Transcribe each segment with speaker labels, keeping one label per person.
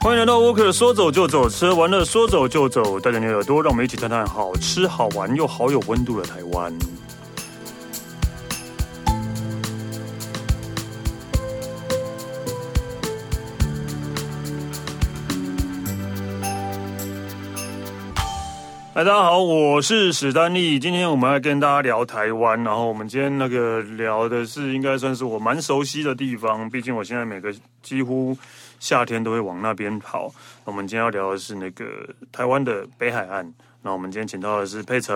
Speaker 1: 欢迎来到 Walker，说走就走，吃完了说走就走，带着你的耳朵，让我们一起探探好吃、好玩又好有温度的台湾。嗨，哎大家好，我是史丹利。今天我们来跟大家聊台湾，然后我们今天那个聊的是应该算是我蛮熟悉的地方，毕竟我现在每个几乎夏天都会往那边跑。我们今天要聊的是那个台湾的北海岸。那我们今天请到的是佩晨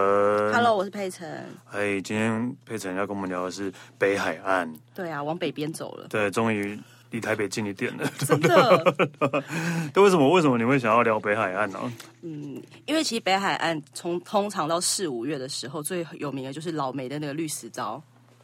Speaker 2: Hello，我是佩晨。
Speaker 1: 哎，今天佩晨要跟我们聊的是北海岸，
Speaker 2: 对啊，往北边走了，
Speaker 1: 对，终于离台北近一点了。
Speaker 2: 真的。
Speaker 1: 对，为什么为什么你会想要聊北海岸呢、
Speaker 2: 因为其实北海岸从通常到四五月的时候，最有名的就是老梅的那个绿石礁。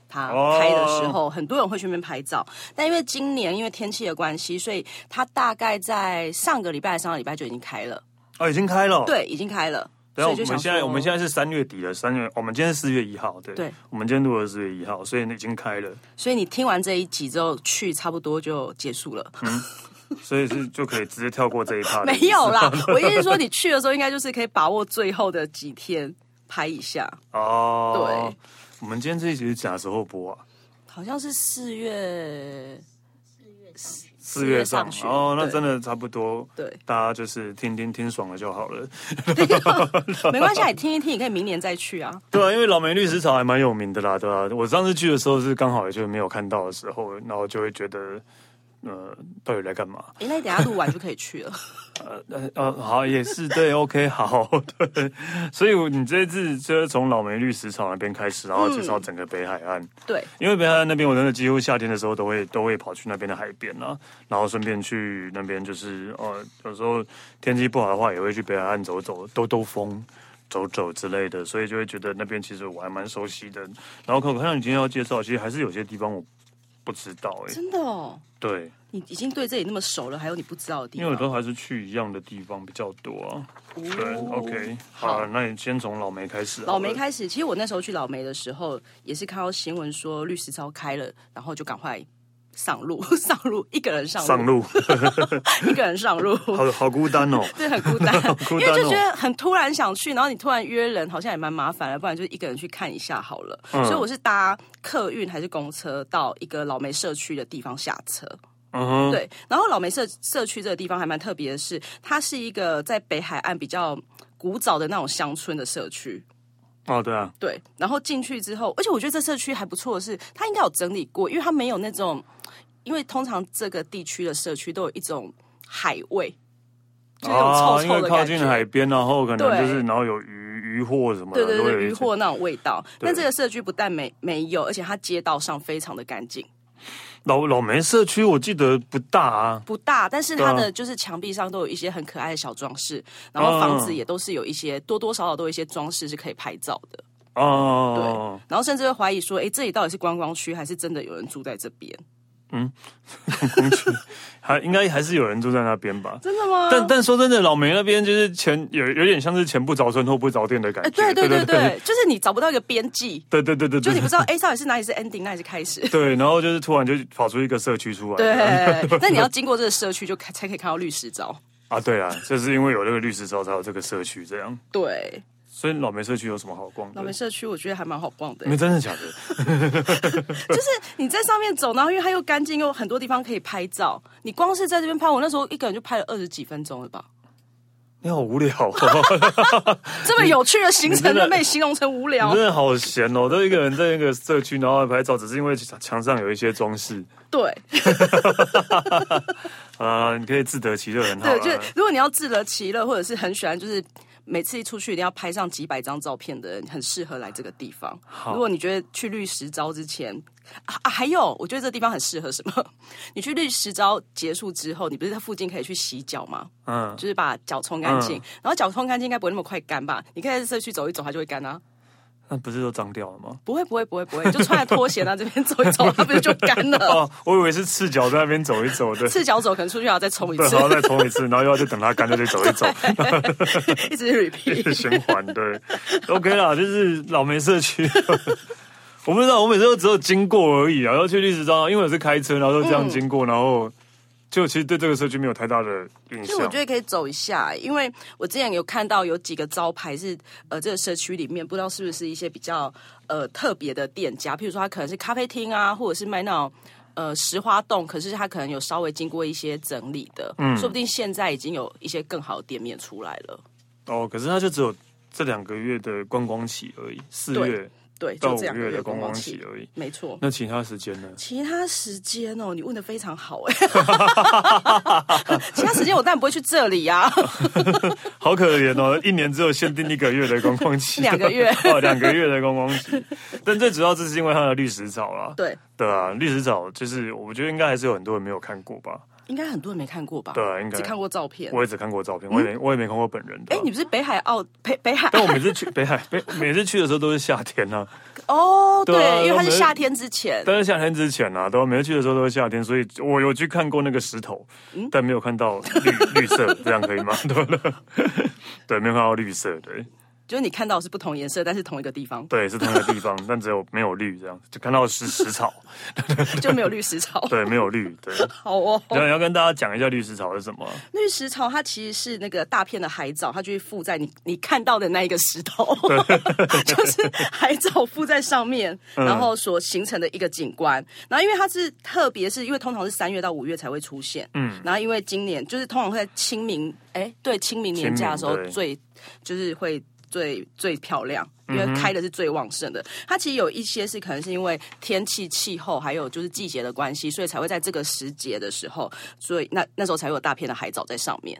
Speaker 2: 它
Speaker 1: 哦
Speaker 2: 拍的时候很多人会去那边拍照。但因为今年因为天气的关系，所以它大概在上个礼拜、上个礼拜就已经开了，
Speaker 1: 哦，已经开了。
Speaker 2: 对，已经开了。
Speaker 1: 然后啊我
Speaker 2: 所以就
Speaker 1: 们
Speaker 2: 想
Speaker 1: 现在
Speaker 2: 说
Speaker 1: 我们现在是三月底了，三月哦我们今天是四月一号，对，
Speaker 2: 对，
Speaker 1: 我们今天录的四月一号，所以已经开了，
Speaker 2: 所以你听完这一集之后去，差不多就结束了。
Speaker 1: 所以是就可以直接跳过这一趴。
Speaker 2: 没有 啦，我意思是说，你去的时候应该就是可以把握最后的几天拍一下。
Speaker 1: 哦
Speaker 2: 对，
Speaker 1: 我们今天这一集是假时候播啊，
Speaker 2: 好像是四月
Speaker 1: 四
Speaker 2: 月
Speaker 1: 月上
Speaker 2: 上旬
Speaker 1: 哦，那
Speaker 2: 对
Speaker 1: 真的差不多，
Speaker 2: 对，
Speaker 1: 大家就是听听听爽了就好了。
Speaker 2: 没关系啊，你听一听，你可以明年再去啊。
Speaker 1: 对啊，因为老梅绿石场还蛮有名的啦，对吧、我上次去的时候是刚好也就没有看到的时候，然后就会觉得，呃，到底来干嘛？
Speaker 2: 哎、那你等一下录完就可以去了。
Speaker 1: 呃呃，好，也是对，OK，好， 对，所以你这次就是从老梅绿石场那边开始，然后介
Speaker 2: 嗯
Speaker 1: 绍整个北海岸，
Speaker 2: 对，
Speaker 1: 因为北海岸那边我真的几乎夏天的时候都会都会跑去那边的海边啊，然后顺便去那边就是呃，有时候天气不好的话也会去北海岸走走，兜兜风。走走之类的，所以就会觉得那边其实我还蛮熟悉的。然后可我看到你今天要介绍，其实还是有些地方我不知道哎、欸
Speaker 2: 真的哦，
Speaker 1: 对，
Speaker 2: 你已经对这里那么熟了，还有你不知道的地
Speaker 1: 因为我
Speaker 2: 方。
Speaker 1: 都还是去一样的地方比较多啊。对
Speaker 2: 哦
Speaker 1: ，OK，好
Speaker 2: 好
Speaker 1: 啊，。那你先从老梅开始好了。
Speaker 2: 老梅开始，其实我那时候去老梅的时候，也是看到新闻说律师超开了，然后就赶快上路， 上路，一个人上路，
Speaker 1: 上路，
Speaker 2: 一个人上路，
Speaker 1: 好好孤单哦。
Speaker 2: 对，很孤 单，
Speaker 1: 孤单哦
Speaker 2: 因为就觉得很突然想去，然后你突然约人，好像也蛮麻烦的，不然就一个人去看一下好了。
Speaker 1: 嗯
Speaker 2: 所以我是搭客运还是公车到一个老梅社区的地方下车。
Speaker 1: 嗯哼，
Speaker 2: 对，然后老梅社社区这个地方还蛮特别的是，它是一个在北海岸比较古早的那种乡村的社区。
Speaker 1: 哦，对啊，
Speaker 2: 对，然后进去之后，而且我觉得这社区还不错的是，它应该有整理过，因为它没有那种，因为通常这个地区的社区都有一种海味，就是那种臭
Speaker 1: 哦因
Speaker 2: 臭
Speaker 1: 为
Speaker 2: 的
Speaker 1: 靠
Speaker 2: 感
Speaker 1: 近
Speaker 2: 觉。
Speaker 1: 海边，然后可能
Speaker 2: 对
Speaker 1: 就是然后有渔渔货什么
Speaker 2: 对
Speaker 1: 的，
Speaker 2: 对
Speaker 1: 都
Speaker 2: 对，
Speaker 1: 有一
Speaker 2: 渔
Speaker 1: 些
Speaker 2: 货那种味道。
Speaker 1: 对
Speaker 2: 但这个社区不但没没有，而且它街道上非常的干净，
Speaker 1: 老老梅社区我记得不大啊，
Speaker 2: 不大，但是
Speaker 1: 对啊
Speaker 2: 它的就是墙壁上都有一些很可爱的小装饰，然后房子也都是有一些多多少少都有一些装饰是可以拍照的。
Speaker 1: 哦，
Speaker 2: 然后甚至会怀疑说，哎，这里到底是观光区还是真的有人住在这边？
Speaker 1: 还应该还是有人住在那边吧。
Speaker 2: 真的吗？
Speaker 1: 但但说真的，老梅那边就是前有有点像是前不着村后不着店的感
Speaker 2: 哎，
Speaker 1: 觉，
Speaker 2: 对对对对，就是你找不到一个边际，
Speaker 1: 对对对对，
Speaker 2: 就
Speaker 1: 对。
Speaker 2: 你不 知道，哎，到底是哪里是 ending，哪里是开 始
Speaker 1: 对，然后就是突然就跑出一个社区出来，
Speaker 2: 对，但你要经过这个社区，就看才可以看到绿石沼。
Speaker 1: 啊，对啊，就是因为有那个律师照才有这个社区这样。
Speaker 2: 对，
Speaker 1: 所以老梅社区有什么好逛
Speaker 2: 老
Speaker 1: 的
Speaker 2: 梅？社区我觉得还蛮好逛的欸
Speaker 1: 你。们真的假的？
Speaker 2: 就是你在上面走，然后因为它又干净，又有很多地方可以拍照。你光是在这边拍，我那时候一个人就拍了二十几分钟了 吧？
Speaker 1: 你好无聊、 哦，
Speaker 2: 这么有趣的行程
Speaker 1: 你真的
Speaker 2: 都被形容成无
Speaker 1: 你
Speaker 2: 聊
Speaker 1: 真，的好闲哦，都一个人在那个社区，然后拍照，只是因为墙上有一些装饰
Speaker 2: 对
Speaker 1: 啊，你可以自得其乐，很好
Speaker 2: 对，就
Speaker 1: 啦
Speaker 2: 是。如果你要自得其乐，或者是很喜欢，就是每次一出去一定要拍上几百张照片的人，很适合来这个地方。如果你觉得去绿石礁之前啊啊，还有我觉得这地方很适合什么？你去绿石礁结束之后，你不是在附近可以去洗脚吗？
Speaker 1: 嗯，
Speaker 2: 就是把脚冲干净，然后脚冲干净应该不会那么快干吧？你可以在社区走一走，它就会干啊。
Speaker 1: 那不是都脏掉了吗？
Speaker 2: 不会不会不会不会，就穿着拖鞋到这边走一走，它不是就干了？
Speaker 1: 哦，我以为是赤脚在那边走一走的，
Speaker 2: 赤脚走可能出去还要再冲一
Speaker 1: 对，哦
Speaker 2: 次
Speaker 1: 然，后再冲一次，然后又要再等它干再去走 一走，
Speaker 2: 一直 repeat。
Speaker 1: 循环对。OK 啦，就是老梅社区。 我不知道，我每次都只有经过而已啊，要去绿石庄，因为我是开车，然后就这样经过，然后就其实对这个社区没有太大的印
Speaker 2: 就
Speaker 1: 象。
Speaker 2: 我觉得可以走一下，欸因为我之前有看到有几个招牌是呃这个社区里面不知道是不是一些比较呃特别的店家，譬如说它可能是咖啡厅啊，或者是卖那种。呃，石花洞，可是它可能有稍微经过一些整理的，
Speaker 1: 嗯
Speaker 2: 说不定现在已经有一些更好的店面出来了。
Speaker 1: 哦，可是它就只有这两个月的观光期而已，四
Speaker 2: 对
Speaker 1: 月
Speaker 2: 对，
Speaker 1: 到
Speaker 2: 就
Speaker 1: 五
Speaker 2: 这两个
Speaker 1: 月的
Speaker 2: 观
Speaker 1: 观光
Speaker 2: 期
Speaker 1: 期，而已。
Speaker 2: 没错。
Speaker 1: 那其他时间呢？
Speaker 2: 其他时间哦，你问的非常好哎、 其他时间我当然不会去这里呀、 啊，
Speaker 1: 好可怜哦，一年只有限定一个月的观光 期，
Speaker 2: 两个月
Speaker 1: 哦，两个月的观光期。但最主要这是因为它的绿石草啦，
Speaker 2: 对，
Speaker 1: 对啊，绿石草就是我觉得应该还是有很多人没有看过吧。
Speaker 2: 应该很多人没看过吧？
Speaker 1: 对啊应该
Speaker 2: 只看过照片。
Speaker 1: 我也只看过照片，我也没、我也没看过本人的
Speaker 2: 哎、
Speaker 1: 啊、
Speaker 2: 你不是北海澳北北海
Speaker 1: 但我每次去北海，北每次去的时候都是夏天啊，
Speaker 2: 哦，对
Speaker 1: 对啊，
Speaker 2: 因为它
Speaker 1: 我
Speaker 2: 是
Speaker 1: 们
Speaker 2: 夏天之前，
Speaker 1: 但是夏天之前啊，都每次去的时候都是夏天，所以我有去看过那个石头，但没有看到绿绿色，这样可以吗？ 对不对？对，没有看到绿色，对
Speaker 2: 就是你看到的是不同颜色，但是同一个地方，
Speaker 1: 对，是同一个地方，但只有没有绿，这样就看到是食草，
Speaker 2: 就没 有绿石草。
Speaker 1: 对，没有绿，对。
Speaker 2: 好哦，
Speaker 1: 然后要跟大家讲一下绿石草是什么啊，
Speaker 2: 绿石草它其实是那个大片的海藻，它就会附在你你看到的那一个石头， 就是海藻附在上面，然后所形成的一个景观。然后因为它是特别是因为通常是三月到五月才会出现，嗯，然后因为今年就是通常会在清明，哎，对，清明年假的时候
Speaker 1: 清明对
Speaker 2: 最就是会最最漂亮。因
Speaker 1: 嗯
Speaker 2: 为开的是最旺盛的，它其实有一些是可能是因为天气、气候，还有就是季节的关系，所以才会在这个时节的时候，所以那那时候才会有大片的海藻在上面。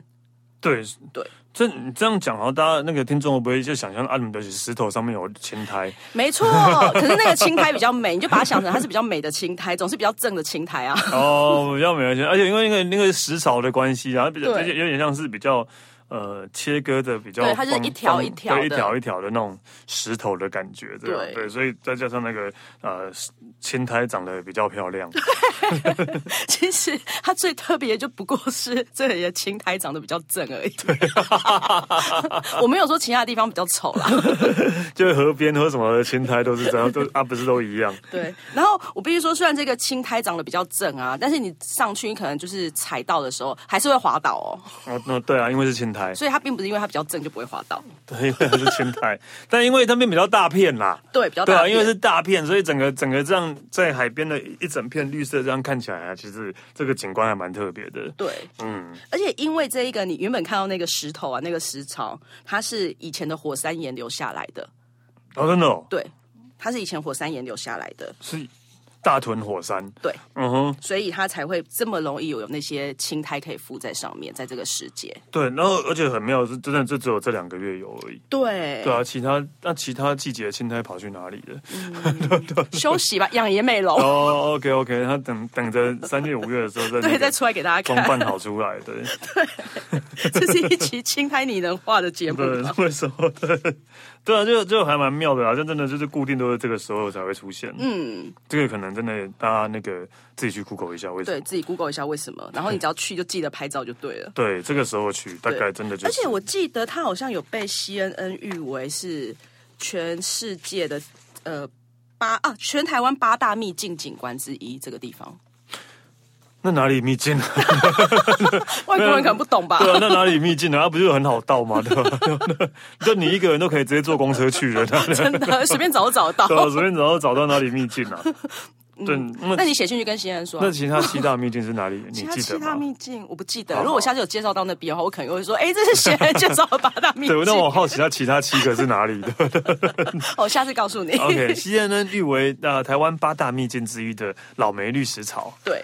Speaker 1: 对
Speaker 2: 对。
Speaker 1: 这你这样讲，好像大家那个听众会不会就想象阿姆的石头上面有青苔？
Speaker 2: 没错，可是那个青苔比较美，你就把它想成它是比较美的青苔，总是比较正的青苔啊。
Speaker 1: 哦，比较没关系，而且因为那个那个食草的关系啊，比较
Speaker 2: 对
Speaker 1: 而且有点像是比较呃切割的比较
Speaker 2: 对
Speaker 1: 方，
Speaker 2: 它就是一条
Speaker 1: 方
Speaker 2: 一条的
Speaker 1: 对一条一条的那种石头的感觉，这样
Speaker 2: 对
Speaker 1: 对，所以再加上那个呃青苔长得比较漂亮，
Speaker 2: 其实它最特别就不过是这里的青苔长得比较正而已。我没有说其他地方比较丑啦。
Speaker 1: 就是河边和什么的青苔都是这样，都啊不是都一样，
Speaker 2: 对，然后我必须说，虽然这个青苔长得比较正啊，但是你上去你可能就是踩到的时候还是会滑倒哦，
Speaker 1: 哦那对啊，因为是青苔，
Speaker 2: 所以它并不是因为它比较正就不会滑倒。
Speaker 1: 对，因为它是青苔，但因为它们比较大片啦，
Speaker 2: 对，比较
Speaker 1: 对
Speaker 2: 大
Speaker 1: 啊，因为
Speaker 2: 片
Speaker 1: 是大片，所以整个整个这样在海边的一整片绿色这样看起来啊，其实这个景观还蛮特别的，
Speaker 2: 对，
Speaker 1: 嗯，
Speaker 2: 而且因为这一个，你原本看到那个石头啊，那个石槽，它是以前的火山岩留下来的，
Speaker 1: 哦真的哦。
Speaker 2: 对，它是以前火山岩留下来的，
Speaker 1: 是大屯火山。
Speaker 2: 对，
Speaker 1: 嗯哼，
Speaker 2: 所以它才会这么容易有有那些青苔可以附在上面，在这个时节。
Speaker 1: 对，然后而且很妙是，真的就只有这两个月有而已。
Speaker 2: 对，
Speaker 1: 对啊，其他那其他季节青苔跑去哪里 了？
Speaker 2: 休息吧，养颜美容，
Speaker 1: 哦、o k OK，他等等着三月五月的时候再、那
Speaker 2: 对，
Speaker 1: 个
Speaker 2: 再出来给大家
Speaker 1: 装
Speaker 2: 看。
Speaker 1: 扮好出来，对，
Speaker 2: 这是一期青苔拟人化的节目
Speaker 1: 对，
Speaker 2: 吧。
Speaker 1: 为什么？ 对，对啊，就就还蛮妙的啊，就真的就是固定都是这个时候才会出现。嗯，这个可能真的大家那个自己去 Google 一下为什
Speaker 2: 对
Speaker 1: 么。
Speaker 2: 自己 Google 一下为什么，然后你只要去就记得拍照就对了。
Speaker 1: 对，这个时候去，大概真的就是。
Speaker 2: 而且我记得他好像有被 CNN 誉为是全世界的呃八啊，全台湾八大秘境景观之一。这个地方
Speaker 1: 那哪里秘境啊？
Speaker 2: 外国人可能不懂吧？
Speaker 1: 对啊，那哪里秘境呢、啊？不就很好到吗？对吧？ 就你一个人都可以直接坐公车去 了，对啊
Speaker 2: 真的随便找都找得
Speaker 1: 对啊，
Speaker 2: 到。
Speaker 1: 随便找到找到哪里秘境啊？
Speaker 2: 嗯
Speaker 1: 对，那
Speaker 2: 那你写信去跟 CNN 说啊
Speaker 1: 那。其他七大秘境是哪里？你
Speaker 2: 其他
Speaker 1: 记
Speaker 2: 七
Speaker 1: 得吗？
Speaker 2: 大秘境我不记得，
Speaker 1: 好
Speaker 2: 如果我下次有介绍到那边的话，我可能会说，哎，这是学 人介绍的八大秘境
Speaker 1: 对，。那我好奇他其他七个是哪里的
Speaker 2: 我下次告诉你。
Speaker 1: ？OK，西安呢誉为呃台湾八大秘境之一的老梅绿石草，
Speaker 2: 对，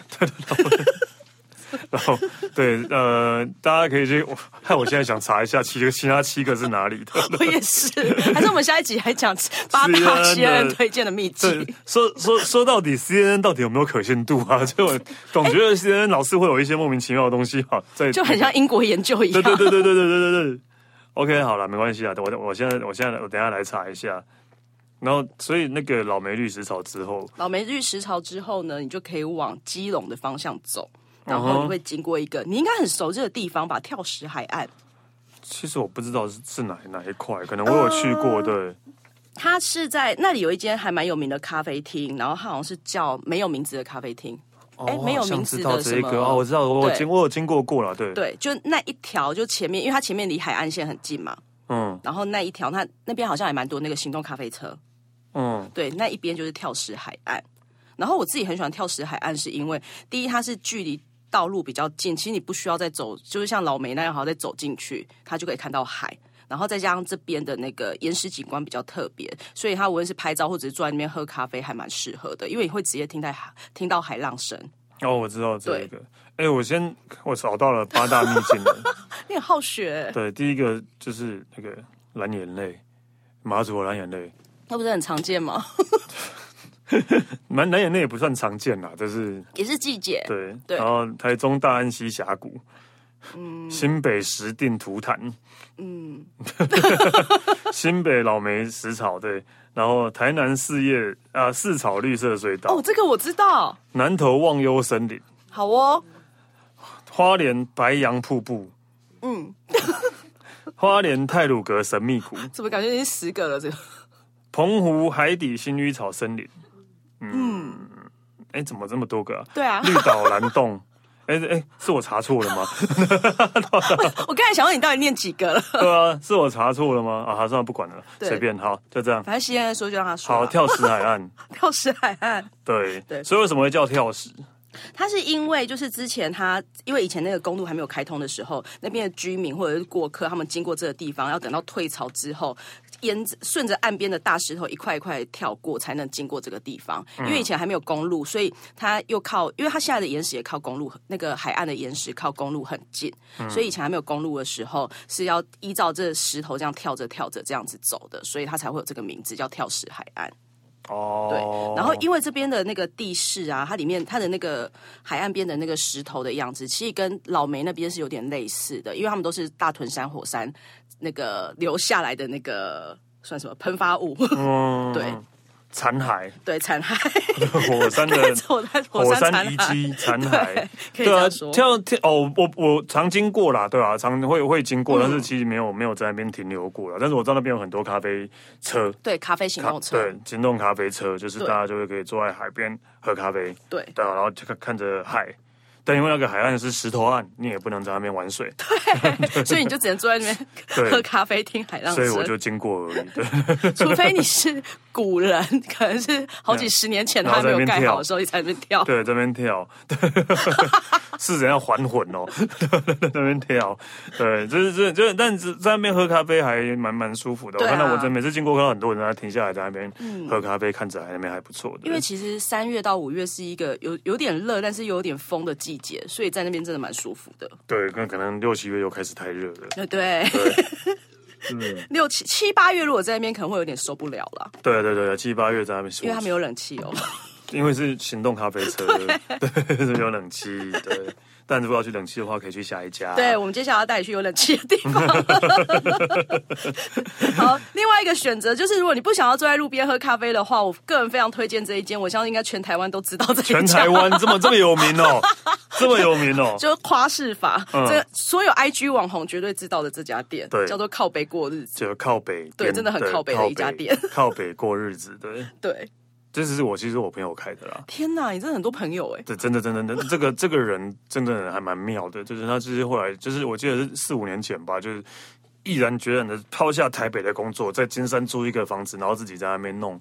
Speaker 1: 然后 对呃，大家可以去，我害我现在想查一下其其他七个是哪里的。
Speaker 2: 我也是。还是我们下一集还讲八 大
Speaker 1: CNN 的
Speaker 2: CNN 推荐的秘
Speaker 1: 啊对
Speaker 2: 境。，
Speaker 1: 说说说到底，CNN 到底有没有可信度啊？就我总觉得 CNN 老是会有一些莫名其妙的东西哈、在
Speaker 2: 就很像英国研究一
Speaker 1: 对对
Speaker 2: 样。
Speaker 1: 对对对对对对对。OK，好了，没关系啊，我我现在我现在我等一下来查一下。然后，所以那个老梅绿石草之后，
Speaker 2: 老梅日食潮之后呢，你就可以往基隆的方向走，
Speaker 1: 嗯
Speaker 2: 然后你会经过一个你应该很熟这个地方吧，跳石海岸。
Speaker 1: 其实我不知道是是哪哪一块，可能我有去
Speaker 2: 哦
Speaker 1: 过，对，
Speaker 2: 它是在那里有一间还蛮有名的咖啡厅，然后它好像是叫没有名字的咖啡厅，哎、没
Speaker 1: 哦
Speaker 2: 有
Speaker 1: 好像
Speaker 2: 名字
Speaker 1: 知道
Speaker 2: 的
Speaker 1: 这
Speaker 2: 什
Speaker 1: 一
Speaker 2: 么，
Speaker 1: 个哦，我知道，我有
Speaker 2: 对
Speaker 1: 经我有经过过了，对，
Speaker 2: 对，就那一条，就前面，因为它前面离海岸线很近嘛，
Speaker 1: 嗯
Speaker 2: 然后那一条，它那边好像也蛮多那个行动咖啡车，
Speaker 1: 嗯
Speaker 2: 对，那一边就是跳石海岸。然后我自己很喜欢跳石海岸，是因为第一它是距离道路比较近，其实你不需要再走，就是像老梅那样，好再走进去，它就可以看到海。然后再加上这边的那个岩石景观比较特别，所以它无论是拍照或者是坐在那边喝咖啡，还蛮适合的，因为你会直接听到海听到海浪声。
Speaker 1: 哦，我知道这一个。哎、我先我找到了八大秘境了。
Speaker 2: 你很好学，
Speaker 1: 对，第一个就是那个蓝眼泪，马祖的蓝眼泪，
Speaker 2: 那不是很常见吗？
Speaker 1: 蓝蓝眼泪也不算常见啦，就是
Speaker 2: 也是季节，
Speaker 1: 对。
Speaker 2: 哎对
Speaker 1: 然后台中大安溪峡谷，新北石碇土坛，
Speaker 2: 嗯，
Speaker 1: 新北老梅石草，对。然后台南四叶啊四草绿色隧道，
Speaker 2: 哦，这个我知道，
Speaker 1: 南投忘忧森林，
Speaker 2: 好哦，
Speaker 1: 花莲白杨瀑布，
Speaker 2: 嗯，
Speaker 1: 花莲泰鲁阁神秘谷，
Speaker 2: 怎么感觉已经十个了？这个
Speaker 1: 澎湖海底薰衣草森林。嗯，哎、怎么这么多个、啊？
Speaker 2: 对啊，
Speaker 1: 绿岛蓝洞。 哎哎、是我查错了 吗？
Speaker 2: 我刚才想问你到底念几个了，
Speaker 1: 对啊，是我查错了吗？啊，算了，不管了，
Speaker 2: 对
Speaker 1: 随便，好，就这样。
Speaker 2: 反正西安的说就让他说吧。
Speaker 1: 好，跳石海 岸，
Speaker 2: 跳石海岸，
Speaker 1: 对
Speaker 2: 对
Speaker 1: 所以为什么会叫跳石？
Speaker 2: 它是因为就是之前它因为以前那个公路还没有开通的时候，那边的居民或者是过客，他们经过这个地方，要等到退潮之后。沿着顺着岸边的大石头一块一块跳过，才能经过这个地方。因为以前还没有公路，所以它又靠，因为它现在的岩石也靠公路，那个海岸的岩石靠公路很近，所以以前还没有公路的时候，是要依照这石头这样跳着跳着这样子走的，所以它才会有这个名字叫跳石海岸。
Speaker 1: 哦，
Speaker 2: 对，然后因为这边的那个地势啊，它里面它的那个海岸边的那个石头的样子，其实跟老梅那边是有点类似的，因为他们都是大屯山火山那个留下来的那个算什么喷发 物，
Speaker 1: 嗯
Speaker 2: 对
Speaker 1: 残骸，
Speaker 2: 对，残骸，
Speaker 1: 火 山的
Speaker 2: 看着我在火
Speaker 1: 火
Speaker 2: 山
Speaker 1: 山
Speaker 2: 残
Speaker 1: 遗
Speaker 2: 骸，
Speaker 1: 迹、残骸
Speaker 2: 对，，可以这样说。
Speaker 1: 跳跳哦，我我常经过啦，对啊，常会会经过，
Speaker 2: 嗯
Speaker 1: 但是其实没有没有在那边停留过啦。但是我知道那边有很多咖啡车，
Speaker 2: 对咖啡行
Speaker 1: 咖
Speaker 2: 动车，
Speaker 1: 对，行动咖啡车，就是大
Speaker 2: 对
Speaker 1: 家就会可以坐在海边喝咖啡，
Speaker 2: 对
Speaker 1: 对啊，然后就看看着海。但因为那个海岸是石头岸，你也不能在那边玩水，
Speaker 2: 所以你就只能坐在那边
Speaker 1: 对
Speaker 2: 喝咖啡、听海浪
Speaker 1: 所以我
Speaker 2: 声。
Speaker 1: 就经过而已。对，
Speaker 2: 除非你是古人，可能是好几十年 前
Speaker 1: 然
Speaker 2: 他
Speaker 1: 后
Speaker 2: 还
Speaker 1: 在那
Speaker 2: 没有
Speaker 1: 边
Speaker 2: 盖
Speaker 1: 跳
Speaker 2: 好的时候，你才能跳。
Speaker 1: 对，这边跳，对 是人要还魂哦，那边跳，对，就是这就是，但是在那边喝咖啡还蛮蛮舒服的。我
Speaker 2: 对啊嗯
Speaker 1: 看到我真每次经过，看到很多人在停下来在那边喝咖啡，看着海那边还不错的。
Speaker 2: 因为其实三月到五月是一个有有点热，但是又有点风的季节，所以在那边真的蛮舒服的。
Speaker 1: 对，可可能六七月又开始太热了。
Speaker 2: 对呃对，六七七八月如果在那边可能会有点受不了啦，
Speaker 1: 对对对，七八月在那边，
Speaker 2: 因为它没有冷气哦。
Speaker 1: 因为是行动咖啡车，对，是没有冷气，对。但如果要去冷气的话，可以去下一家。
Speaker 2: 对，我们接下来要带你去有冷气的地 方。好，另外一个选择就是，如果你不想要坐在路边喝咖啡的话，我个人非常推荐这一间，我相信应该全台湾都知道这一家。
Speaker 1: 全台湾这么这么有名哦，这么有名哦，
Speaker 2: 就是夸饰法，这所有 IG 网红绝对知道的这家店，
Speaker 1: 对
Speaker 2: 叫做靠北过日子。
Speaker 1: 就靠北边，
Speaker 2: 对真的很
Speaker 1: 对
Speaker 2: 靠北的一家店，
Speaker 1: 靠北过日子，对，
Speaker 2: 对，
Speaker 1: 这只是我其实我朋友开的啦。
Speaker 2: 天哪，你真的很多朋友哎、
Speaker 1: 对，真的，真的，真的这个这个人真的还蛮妙的，就是他，就是后来，就是我记得是四五年前吧，就是毅然决然的抛下台北的工作，在金山租一个房子，然后自己在那边弄，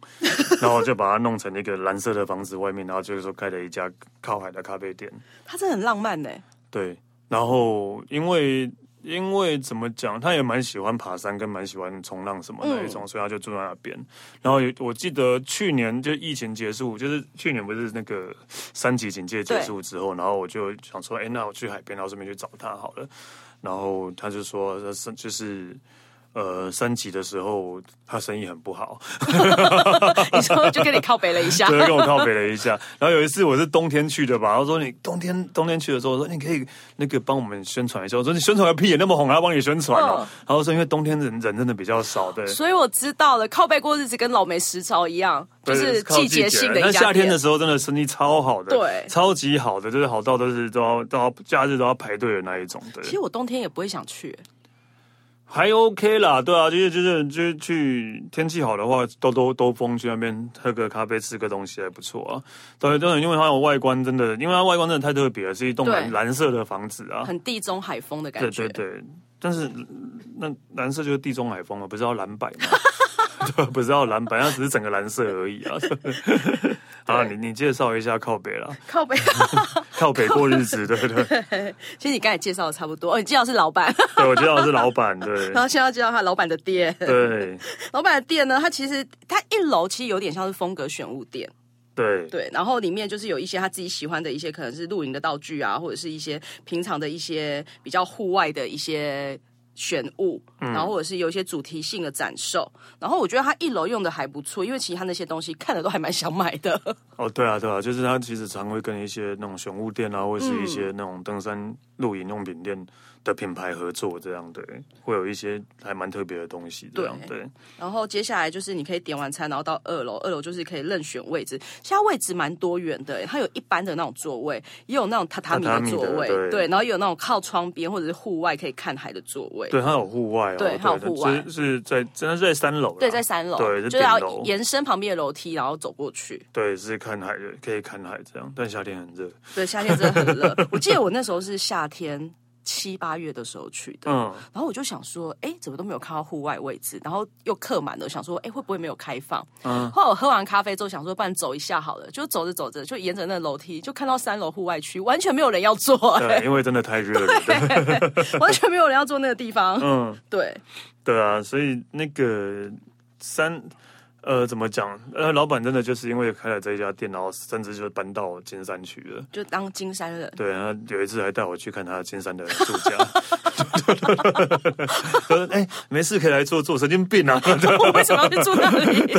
Speaker 1: 然后就把它弄成一个蓝色的房子外面，然后就是说开了一家靠海的咖啡店，
Speaker 2: 他真的很浪漫欸呢、
Speaker 1: 对，然后因为因为怎么讲，他也蛮喜欢爬山，跟蛮喜欢冲浪什么那一种，所以他就住在那边。然后有我记得去年就疫情结束，就是去年不是那个三级警戒结束之后，然后我就想说，哎，那我去海边，然后顺便去找他好了。然后他就说，呃三就是。呃，三级的时候他生意很不好，
Speaker 2: 你说就跟你靠北了一下，
Speaker 1: 对，跟我靠北了一 下。然后有一次我是冬天去的吧，他说你冬天冬天去的时候，我说你可以那个帮我们宣传一下。我说你宣传个屁，那么红还要帮你宣传哦。
Speaker 2: 嗯
Speaker 1: 然后说因为冬天人人真的比较少，对。
Speaker 2: 所以我知道了，靠背过日子跟老梅食潮一样，就
Speaker 1: 对
Speaker 2: 是
Speaker 1: 靠
Speaker 2: 季节性的
Speaker 1: 那
Speaker 2: 一家
Speaker 1: 夏天
Speaker 2: 店
Speaker 1: 的。时候真的生意超好的，
Speaker 2: 对
Speaker 1: 超级好的，就是好到都是都要都要假日都要排队的那一种，对
Speaker 2: 其。实我冬天也不会想去、
Speaker 1: 还 OK 啦，对啊，就是就是就是去天气好的话，兜兜兜风去那边喝个咖啡，吃个东西还不错啊。对，真的，因为它的外观真的，因为它外观真的太特别了，是一栋
Speaker 2: 对
Speaker 1: 蓝蓝色的房子啊。
Speaker 2: 很地中海风的感
Speaker 1: 对
Speaker 2: 觉。
Speaker 1: 对对，但是那蓝色就是地中海风啊，不是要蓝白吗？ 对，不是要蓝白，它只是整个蓝色而已啊。 啊，你你介绍一下靠北啦，
Speaker 2: 靠北，
Speaker 1: 靠北过日子，对不对？
Speaker 2: 其实你刚才介绍的差不多。哦，你介绍是老板，
Speaker 1: 对，我知道是老板，对
Speaker 2: 然后现在要介绍 他老板的店。
Speaker 1: 对
Speaker 2: 老板的店呢，它其实它一楼其实有点像是风格选物店，
Speaker 1: 对
Speaker 2: 对，然后里面就是有一些他自己喜欢的一些可能是露营的道具啊，或者是一些平常的一些比较户外的一些。选物，然
Speaker 1: 嗯
Speaker 2: 后或者是有一些主题性的展售，然后我觉得它一楼用的还不错，因为其实它那些东西看了都还蛮想买的。
Speaker 1: 哦，对啊，对啊，就是他其实常会跟一些那种熊物店啊，或者是一
Speaker 2: 嗯
Speaker 1: 些那种登山露营用品店的品牌合作，这样对，会有一些还蛮特别的东西，这样对。
Speaker 2: 然后接下来就是你可以点完餐，然后到二楼，二楼就是可以任选位置。现在位置蛮多元的，欸它有一般的那种座位，也有那种榻榻米
Speaker 1: 榻榻米
Speaker 2: 的
Speaker 1: 的
Speaker 2: 座位，
Speaker 1: 对
Speaker 2: 然后也有那种靠窗边或者是户外可以看海的座位。
Speaker 1: 对，它有户外哦，
Speaker 2: 对它有户外
Speaker 1: 是是在真的是在三楼啦，
Speaker 2: 对，在三楼，
Speaker 1: 对，是
Speaker 2: 就是
Speaker 1: 顶
Speaker 2: 要
Speaker 1: 楼，
Speaker 2: 延伸旁边的楼梯，然后走过去。
Speaker 1: 对，是看海的，可以看海这样，但夏天很热，
Speaker 2: 对，夏天真的很热。 我记得我那时候是夏天七八月的时候去的，
Speaker 1: 嗯，
Speaker 2: 然后我就想说，哎，怎么都没有看到户外位置，然后又客满了，我想说，哎，会不会没有开放？
Speaker 1: 嗯
Speaker 2: 后来我喝完咖啡之后，想说，不然走一下好了，就走着走着，就沿着那楼梯，就看到三楼户外区，完全没有人要坐、
Speaker 1: 对，啊因为真的太热了，对，
Speaker 2: 完全没有人要坐那个地方。
Speaker 1: 嗯，
Speaker 2: 对，
Speaker 1: 对啊，所以那个三。呃，怎么讲？呃，老板真的就是因为开了这一家店，然后甚至就搬到金山去了。
Speaker 2: 就当金山人。
Speaker 1: 对，他有一次还带我去看他金山的住家，他 说：“哎、没事可以来坐坐，神经病啊，
Speaker 2: 我为什么要去住那里？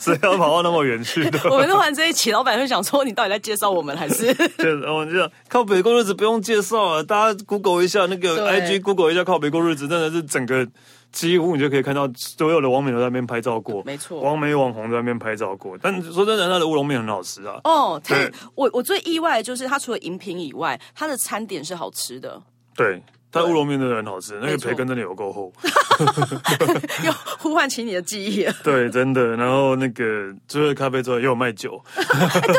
Speaker 1: 谁要跑到那么远去的？”
Speaker 2: 我们录完这一期，老板会想说，你到底在介绍我们还是？
Speaker 1: 对，然后我就想靠北过日子不用介绍了，大家 Google 一下那个
Speaker 2: 对
Speaker 1: IG Google 一下靠北过日子，真的是整个几乎你就可以看到所有的网美都在那边拍照过，
Speaker 2: 没错
Speaker 1: 网美网红在那边拍照过。但说真的，那的乌龙面很好吃啊，
Speaker 2: 哦，他
Speaker 1: 对
Speaker 2: 我我最意外的就是，他除了饮品以外，他的餐点是好吃的，
Speaker 1: 对，它乌龙面真的很好吃，那
Speaker 2: 没
Speaker 1: 个
Speaker 2: 错
Speaker 1: 培根真的有够厚，
Speaker 2: 又呼唤起你的记忆了。
Speaker 1: 对，真的。然后那个除了咖啡之外，也有卖酒，
Speaker 2: 哎
Speaker 1: 对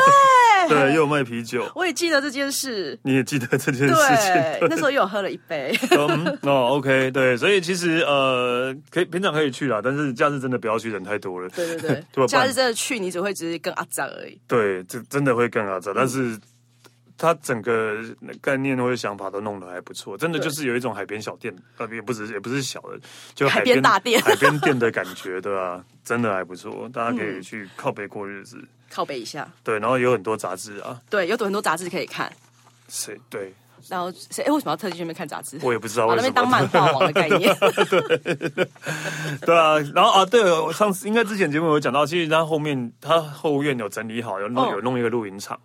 Speaker 1: 对，也有卖啤酒。
Speaker 2: 我也记得这件事。
Speaker 1: 你也记得这件事情？
Speaker 2: 对，那时候又有喝了一杯，
Speaker 1: 嗯，哦，OK，对，所以其实呃，可以平常可以去啦，但是假日真的不要去，人太多了。
Speaker 2: 对对
Speaker 1: 对吧
Speaker 2: 对，
Speaker 1: 不然
Speaker 2: 假日真的去，你只会只是更阿脏而已。
Speaker 1: 对，这真的会更好找，但是
Speaker 2: 嗯
Speaker 1: 它整个概念或者想法都弄得还不错，真的
Speaker 2: 对
Speaker 1: 就是有一种海边小店，呃，也不是也不是小的，就
Speaker 2: 海边大店
Speaker 1: 海边店的感觉，对吧、真的还不错，大家可
Speaker 2: 嗯
Speaker 1: 以去靠北过日子。
Speaker 2: 靠背一下，
Speaker 1: 对，然后也有很多杂志啊，
Speaker 2: 对，有很多杂志可以看。
Speaker 1: 谁对
Speaker 2: 然后谁？哎，为什么要特地去那边看杂志？
Speaker 1: 我也不知道
Speaker 2: 把
Speaker 1: 为
Speaker 2: 那
Speaker 1: 什
Speaker 2: 边当
Speaker 1: 么。
Speaker 2: 漫画王的概 念。
Speaker 1: 对啊，然后啊，对，我上次应该之前节目有讲到，其实它后面它后院有整理好，有弄、
Speaker 2: 哦
Speaker 1: 有弄一个露营场。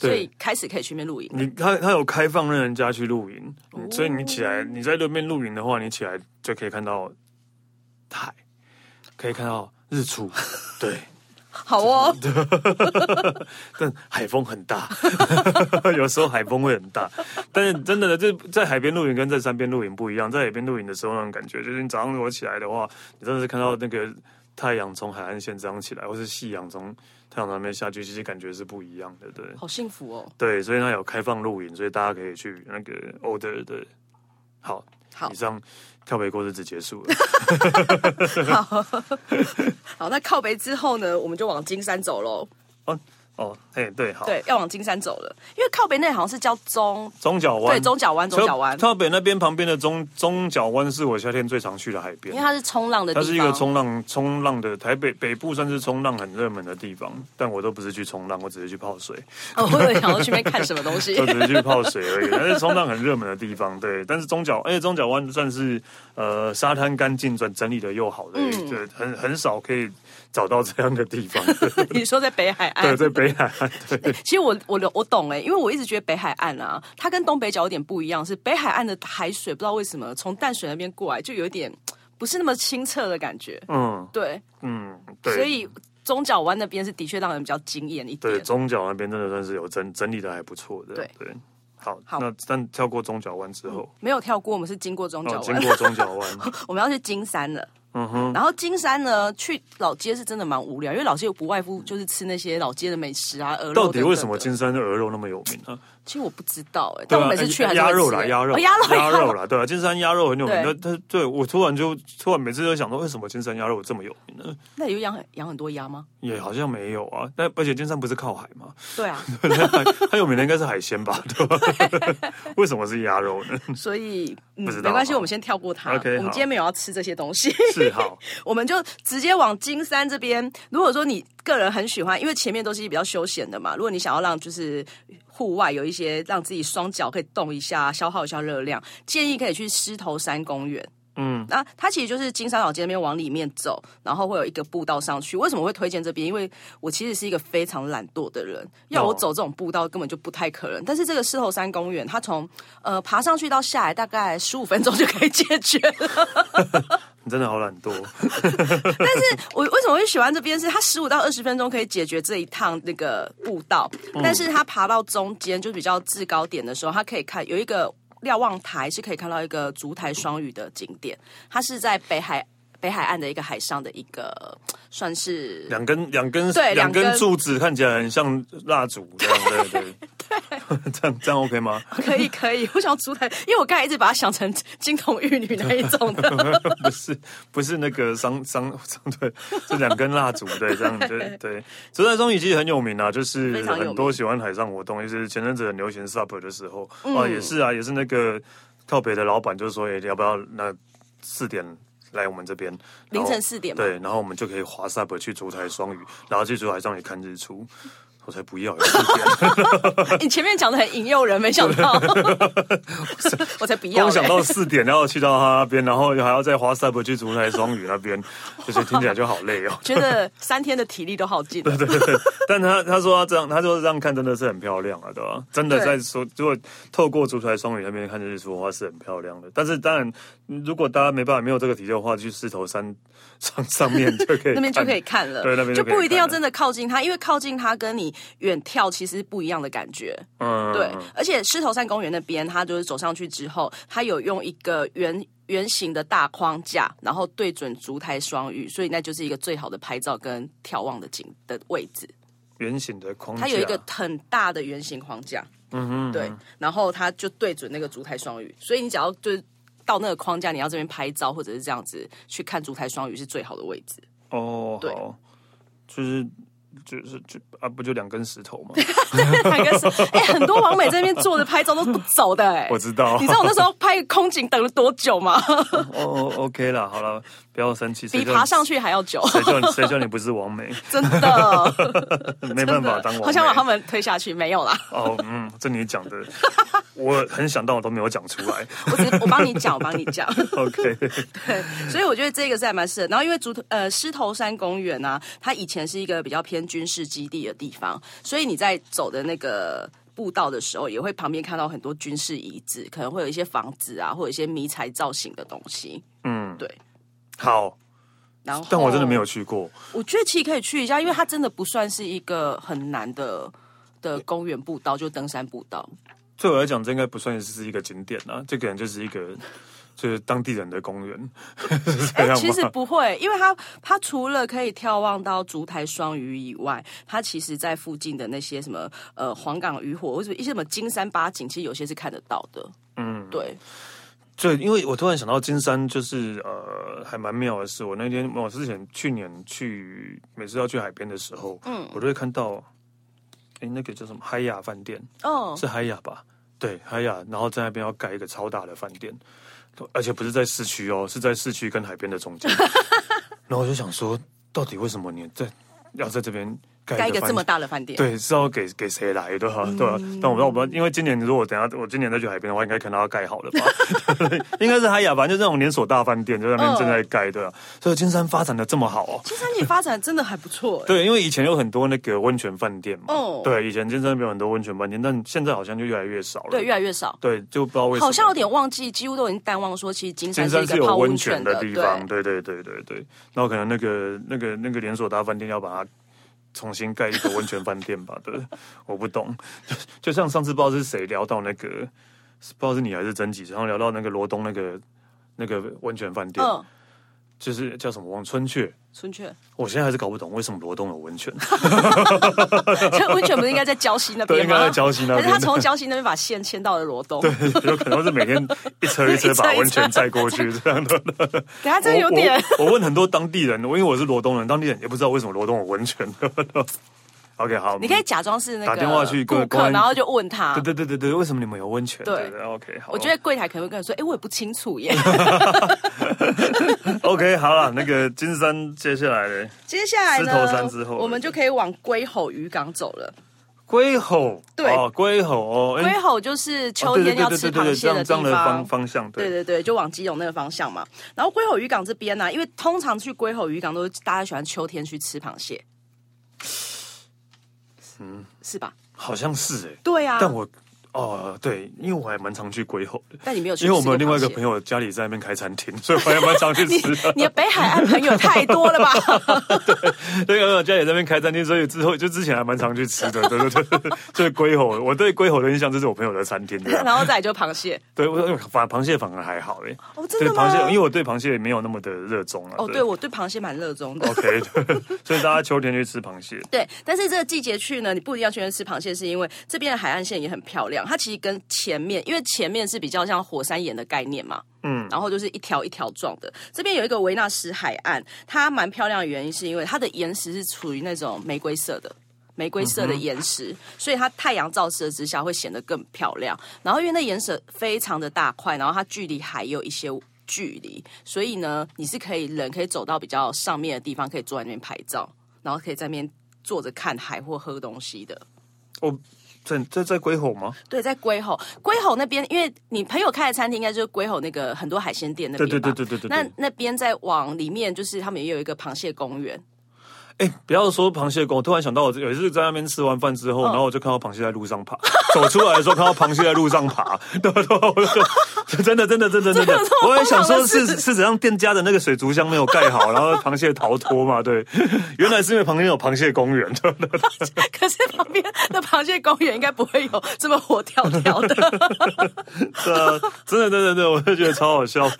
Speaker 2: 所以开始可以去那边露营。
Speaker 1: 你他他有开放让人家去露营，
Speaker 2: 哦
Speaker 1: 所以你起来你在路边露营的话，你起来就可以看到海，可以看到日 出，对，
Speaker 2: 好 哦，
Speaker 1: 但海风很大， 有时候海风会很大，但是真的这在海边露营跟在山边露营不一样，在海边露营的时候那种感觉，就是你早上如果起来的话，你真的是看到那个太阳从海岸线这样起来，或是夕阳从太阳那边下去，其实感觉是不一样的，对。
Speaker 2: 好幸福哦。
Speaker 1: 对，所以它有开放露营，所以大家可以去那个 order 的。好，
Speaker 2: 好
Speaker 1: 以上跳北锅日子结 束了。
Speaker 2: 好，那靠背之后呢，我们就往金山走喽。
Speaker 1: 哦哦，嘿，对，好，
Speaker 2: 对，要往金山走了，因为靠背那好像是叫中，
Speaker 1: 中角湾，
Speaker 2: 对，中角湾，中角湾，
Speaker 1: 跳北那边旁边的中中角湾是我夏天最常去的海
Speaker 2: 因
Speaker 1: 边
Speaker 2: 为，它是冲浪的地
Speaker 1: 它
Speaker 2: 方。
Speaker 1: 是一个冲浪冲浪的台北北部算是冲浪很热门的地方，但我都不是去冲浪，我只是去泡 水。
Speaker 2: 哦， 我有想要去那边看什么东 西
Speaker 1: 就。只是去泡水而已。但是冲浪很热门的地方，对。但是中角，而且中角湾算是呃沙滩干净、整整理的又好的，
Speaker 2: 嗯
Speaker 1: 对，很很少可以找到这样的地 方。
Speaker 2: 你说在北海岸？
Speaker 1: 对，在北海岸， 对
Speaker 2: 其实我我我懂哎、因为我一直觉得北海岸啊，它跟东北角有点不一样，是北海岸的海水不知道为什么从淡水那边过来就有一点不是那么清澈的感觉，
Speaker 1: 嗯
Speaker 2: 对，
Speaker 1: 嗯，对。
Speaker 2: 所以中角湾那边是的确让人比较惊艳一
Speaker 1: 对
Speaker 2: 点。
Speaker 1: 中角那边真的算是有整整理的还不错的，
Speaker 2: 对
Speaker 1: 对好，
Speaker 2: 好
Speaker 1: 那但跳过中角湾之后，
Speaker 2: 没有跳过，我们是经过嗯中角
Speaker 1: 哦，经
Speaker 2: 湾，
Speaker 1: 过中角 湾，
Speaker 2: 我们要去金山了。
Speaker 1: 嗯哼，
Speaker 2: 然后金山呢，去老街是真的蛮无聊，因为老街不外乎就是吃那些老街的美食啊，鹅肉
Speaker 1: 到底
Speaker 2: 等等
Speaker 1: 为什么
Speaker 2: 的
Speaker 1: 金山的鹅肉那么有名啊呢？
Speaker 2: 其实我不知道哎、
Speaker 1: 对
Speaker 2: 但
Speaker 1: 啊
Speaker 2: 我每次去还是会
Speaker 1: 鸭肉
Speaker 2: 吃
Speaker 1: 啦，
Speaker 2: 欸
Speaker 1: 鸭肉，
Speaker 2: 哦鸭肉，
Speaker 1: 鸭肉啦，对啊，金山鸭肉很有名。那
Speaker 2: 对
Speaker 1: 它对我突然就突然每次都想到，为什么金山鸭肉这么有名呢？
Speaker 2: 那你有养很养很多鸭吗？
Speaker 1: 也好像没有啊。但而且金山不是靠海吗？
Speaker 2: 对啊，
Speaker 1: 它有名的应该是海鲜吧，对吧？ 为什么是鸭肉呢？
Speaker 2: 所以、嗯、
Speaker 1: 不知道
Speaker 2: 没关系，
Speaker 1: 好
Speaker 2: 我们先跳过它。
Speaker 1: OK，
Speaker 2: 我
Speaker 1: 好
Speaker 2: 们今天没有要吃这些东西，
Speaker 1: 是好，
Speaker 2: 我们就直接往金山这边。如果说你个人很喜欢，因为前面都是比较休闲的嘛，如果你想要让就是户外有一些让自己双脚可以动一下，消耗一下热量，建议可以去狮头山公园。
Speaker 1: 嗯，
Speaker 2: 那它其实就是金山老街那边往里面走，然后会有一个步道上去。为什么会推荐这边？因为我其实是一个非常懒惰的人，要我走这种步道根本就不太可能。但是这个狮头山公园，它从呃爬上去到下来大概十五分钟就可以解决了。
Speaker 1: 你真的好懒惰。
Speaker 2: 我为什么会喜欢这边？是它十五到二十分钟可以解决这一趟那个步道，
Speaker 1: 嗯
Speaker 2: 但是它爬到中间就比较制高点的时候，它可以看有一个瞭望台，是可以看到一个烛台双语的景点。它是在北海北海岸的一个海上的一个 算是
Speaker 1: 两根两根
Speaker 2: 对
Speaker 1: 两
Speaker 2: 两根
Speaker 1: 根柱子看起来很像蜡烛这样，对对 对，这样这样 OK 吗？
Speaker 2: 可以可以，我想烛台，因为我刚才一直把它想成 金童玉女那一种的。
Speaker 1: 不是不是那个商商商 对，这两根蜡烛对，这样对 对。折在中语其实很有名啊，就是
Speaker 2: 非常有名
Speaker 1: 很多喜欢海上活动，就是前阵子很流行 SUP 的时候、
Speaker 2: 嗯
Speaker 1: 啊，也是啊，也是那个靠北的老板就说，哎、要不要那四点来我们这边，然
Speaker 2: 凌
Speaker 1: 后
Speaker 2: 晨四点嘛
Speaker 1: 对，然后我们就可以滑 SUP 去烛台双语，然后去烛台上也看日出。我才不要！ 四点
Speaker 2: 你前面讲的很引诱人，没想到， 我才不要、
Speaker 1: 光
Speaker 2: 欸。
Speaker 1: 想到四点，然后去到他那边，然后还要再滑 SUP 去竹台双语那边，就是听起来就好累哦。
Speaker 2: 觉得三天的体力都耗尽了。
Speaker 1: 对对对， 但他他说他这样，他说这样看真的是很漂亮啊，对吧？真的
Speaker 2: 对
Speaker 1: 在说，如果透过竹台双语那边看日出的话是很漂亮的。但是当然，如果大家没办法没有这个体力的话，去狮头山 上上面就可以
Speaker 2: 那边就可以
Speaker 1: 看。
Speaker 2: 看了，
Speaker 1: 对那边就
Speaker 2: 就
Speaker 1: 可以看了
Speaker 2: 不一定要真的靠近它，因为靠近它跟你远眺其实不一样的感觉。
Speaker 1: 嗯，
Speaker 2: 对，而且狮头山公园那边，它就是走上去之后，它有用一个圆圆形的大框架，然后对准烛台双语，所以那就是一个最好的拍照跟眺望的景的位置。
Speaker 1: 圆形的框架，
Speaker 2: 它有一个很大的圆形框架，
Speaker 1: 嗯哼，
Speaker 2: 对，然后它就对准那个烛台双语，所以你只要就是到那个框架，你要这边拍照或者是这样子去看烛台双语是最好的位置。
Speaker 1: 哦，
Speaker 2: 对
Speaker 1: 好，就是就是就啊，不就两根石头吗？
Speaker 2: 拍个手哎、很多网美在那边坐着拍照都不走的哎、
Speaker 1: 我知道
Speaker 2: 你，知道我那时候拍空景等了多 久吗？
Speaker 1: 哦，OK 啦，好了，不要生气，谁
Speaker 2: 比
Speaker 1: 叫
Speaker 2: 爬
Speaker 1: 你
Speaker 2: 上去还要 久，
Speaker 1: 谁 叫你谁叫你不是王美？
Speaker 2: 真的，
Speaker 1: 没办法当王美。
Speaker 2: 好想把他们推下去，没有啦，
Speaker 1: 哦，嗯，这你讲的，我很想到我都没有讲出来。
Speaker 2: 我只是我帮你讲，我帮你 讲。
Speaker 1: OK，
Speaker 2: 所以我觉得这个是还蛮适合。然后因为竹呃狮头山公园啊，它以前是一个比较偏军事基地的地方，所以你在走的那个。步道的时候，也会旁边看到很多军事遗址，可能会有一些房子啊，或者一些迷彩造型的东西。
Speaker 1: 嗯，
Speaker 2: 对。
Speaker 1: 好，
Speaker 2: 然后，
Speaker 1: 但我真的没有去过。
Speaker 2: 我觉得其实可以去一下，因为它真的不算是一个很难的的公园步道，就登山步 道。
Speaker 1: 对我来讲，这应该不算是一个景点啊啦，这可能就是一个就是当地人的公园， 是这样
Speaker 2: 哎其实
Speaker 1: 吗？
Speaker 2: 不会，因为它它除了可以眺望到烛台双鱼以外，它其实在附近的那些什么呃黄冈渔火，或者一些什么金山八景，其实有些是看得到的。嗯，对，
Speaker 1: 对，因为我突然想到金山，就是呃，还蛮妙的是，我那天我之前去年去每次要去海边的时候，嗯，我都会看到，哎，那个叫什么海雅饭店，
Speaker 2: 哦，
Speaker 1: 是海雅吧？对，海雅，然后在那边要盖一个超大的饭店，而且不是在市区哦，是在市区跟海边的中 间。然后我就想说，到底为什么你在要在这边盖
Speaker 2: 盖一
Speaker 1: 一个
Speaker 2: 个
Speaker 1: 饭
Speaker 2: 这么
Speaker 1: 店？
Speaker 2: 大的嗯饭店，
Speaker 1: 对，是要给给谁来的哈、对吧、啊但我不知道，我不知道，因为今年如果等一下我今年再去海边的话，应该看到它盖好了吧？ 应该是海雅，反正就这种连锁大饭店，就在那边正
Speaker 2: 嗯
Speaker 1: 在盖，对啊。所以金山发展的这么好哦，
Speaker 2: 金山景发展真的还不错、欸。
Speaker 1: 对，因为以前有很多那个温泉饭店嘛，
Speaker 2: 哦
Speaker 1: 对，以前金山那边有很多温泉饭店，但现在好像就越来越少了，
Speaker 2: 对，越来越少。
Speaker 1: 对，就不知道为什么，
Speaker 2: 好像有点忘记，几乎都已经淡忘说，其实金
Speaker 1: 金
Speaker 2: 山是
Speaker 1: 山
Speaker 2: 一
Speaker 1: 是
Speaker 2: 个
Speaker 1: 有
Speaker 2: 泡
Speaker 1: 温
Speaker 2: 温
Speaker 1: 泉
Speaker 2: 泉
Speaker 1: 的
Speaker 2: 的
Speaker 1: 地
Speaker 2: 对
Speaker 1: 方，对对对对对。然后可能那个那个那个连锁大饭店要把它重新盖一个温泉饭店吧对，我不懂。就就像上次不知道是谁聊到那个，不知道是你还是曾几，然后聊到那个罗东那个那个温泉饭店，
Speaker 2: 嗯，
Speaker 1: 就是叫什么王春雀。
Speaker 2: 春雀，
Speaker 1: 我现在还是搞不懂为什么罗东有温泉，
Speaker 2: 这温泉不是应该在礁溪那
Speaker 1: 对，
Speaker 2: 边
Speaker 1: 应该
Speaker 2: 吗？
Speaker 1: 在礁溪那
Speaker 2: 还是他
Speaker 1: 边，
Speaker 2: 从礁溪那边把线牵到了罗东？
Speaker 1: 有可能是每天一车一
Speaker 2: 一车
Speaker 1: 车
Speaker 2: 一车
Speaker 1: 把温泉载过去这样的。
Speaker 2: 等下这个有点
Speaker 1: 我我。我问很多当地人，我因为我是罗东人，当地人也不知道为什么罗东有温泉。OK，好，
Speaker 2: 你可以假装是那个
Speaker 1: 打电话去跟
Speaker 2: 顾
Speaker 1: 公
Speaker 2: 客，
Speaker 1: 安
Speaker 2: 然后就问他。
Speaker 1: 对对对对对，为什么你们有温泉？
Speaker 2: 对
Speaker 1: 对对，OK，好。
Speaker 2: 我觉得柜台可能会跟你说：“哎、我也不清楚耶。
Speaker 1: OK，好了，那个金山接下来的”
Speaker 2: 接下来
Speaker 1: 狮头
Speaker 2: 呢
Speaker 1: 山之，后
Speaker 2: 我们就可以往龟吼渔港走了。
Speaker 1: 龟吼，
Speaker 2: 对
Speaker 1: 哦，龟吼哦，
Speaker 2: 龟
Speaker 1: 哎
Speaker 2: 吼就是
Speaker 1: 哦
Speaker 2: 秋
Speaker 1: 对对
Speaker 2: 天要
Speaker 1: 对
Speaker 2: 吃
Speaker 1: 对对对
Speaker 2: 螃
Speaker 1: 这
Speaker 2: 蟹
Speaker 1: 样
Speaker 2: 的
Speaker 1: 这样
Speaker 2: 地
Speaker 1: 的
Speaker 2: 方
Speaker 1: 方。方向，
Speaker 2: 对
Speaker 1: 对
Speaker 2: 对对，就往基隆那个方向嘛。然后龟吼渔港这边呢、啊因为通常去龟吼渔港都是大家喜欢秋天去吃螃蟹，嗯，是吧？
Speaker 1: 好像是哎，
Speaker 2: 对啊，
Speaker 1: 但我哦对，因为我还蛮常去龟吼的。
Speaker 2: 但你没有去，
Speaker 1: 因为我们有另外一个朋
Speaker 2: 友，
Speaker 1: 友家里在那边开餐厅，所以我还蛮常去 吃的。
Speaker 2: 你的北海岸朋友太多了吧？
Speaker 1: 对，我家里在那边开餐厅，所以之后就之前还蛮常去吃 的。对对对， 对就是龟吼，我对龟吼的印象就是我朋友的餐厅这样。
Speaker 2: 然后再来就螃蟹，
Speaker 1: 对，我反螃蟹反而还好哎、
Speaker 2: 哦，真
Speaker 1: 对
Speaker 2: 的吗？
Speaker 1: 螃蟹，因为我对螃蟹没有那么的热衷啊。
Speaker 2: 哦，对我对螃蟹蛮热衷的。
Speaker 1: OK，对， 所以大家秋天去吃螃蟹。
Speaker 2: 对，但是这个季节去呢，你不一定要去那吃螃蟹，是因为这边的海岸线也很漂亮。它其实跟前面，因为前面是比较像火山岩的概念嘛，嗯，然后就是一条一条状的。这边有一个维纳斯海岸，它蛮漂亮的原因是因为它的岩石是处于那种玫瑰色的。玫瑰色的岩石，所以它太阳照射之下会显得更漂亮。然后因为那岩石非常的大块，然后它距离海有一些距离，所以呢，你是可以人可以走到比较上面的地方，可以坐在那边拍照，然后可以在那边坐着看海或喝东西的。
Speaker 1: 哦，在在在龟吼吗？
Speaker 2: 对，在龟吼，龟吼那边，因为你朋友开的餐厅应该就是龟吼那个很多海鲜店那
Speaker 1: 对
Speaker 2: 边
Speaker 1: 对
Speaker 2: 吧
Speaker 1: 对对对对
Speaker 2: 那
Speaker 1: 对。
Speaker 2: 那边再往里面，就是他们也有一个螃蟹公园。
Speaker 1: 哎，不要说螃蟹公，我突然想到，我有一次在那边吃完饭之
Speaker 2: 嗯
Speaker 1: 后，然后我就看到螃蟹在路上爬， 走出来的时候看到螃蟹在路上爬， 对对对对， 真的真的真 的真的，我也想说是是怎样店家的那个水族箱没有盖好， 然后螃蟹逃脱嘛？对， 原来是因为旁边有螃蟹公园， 对对对
Speaker 2: 可是旁边的螃蟹公园应该不会有这么活跳跳 的，
Speaker 1: 对，真的真的真的，我就觉得超好笑。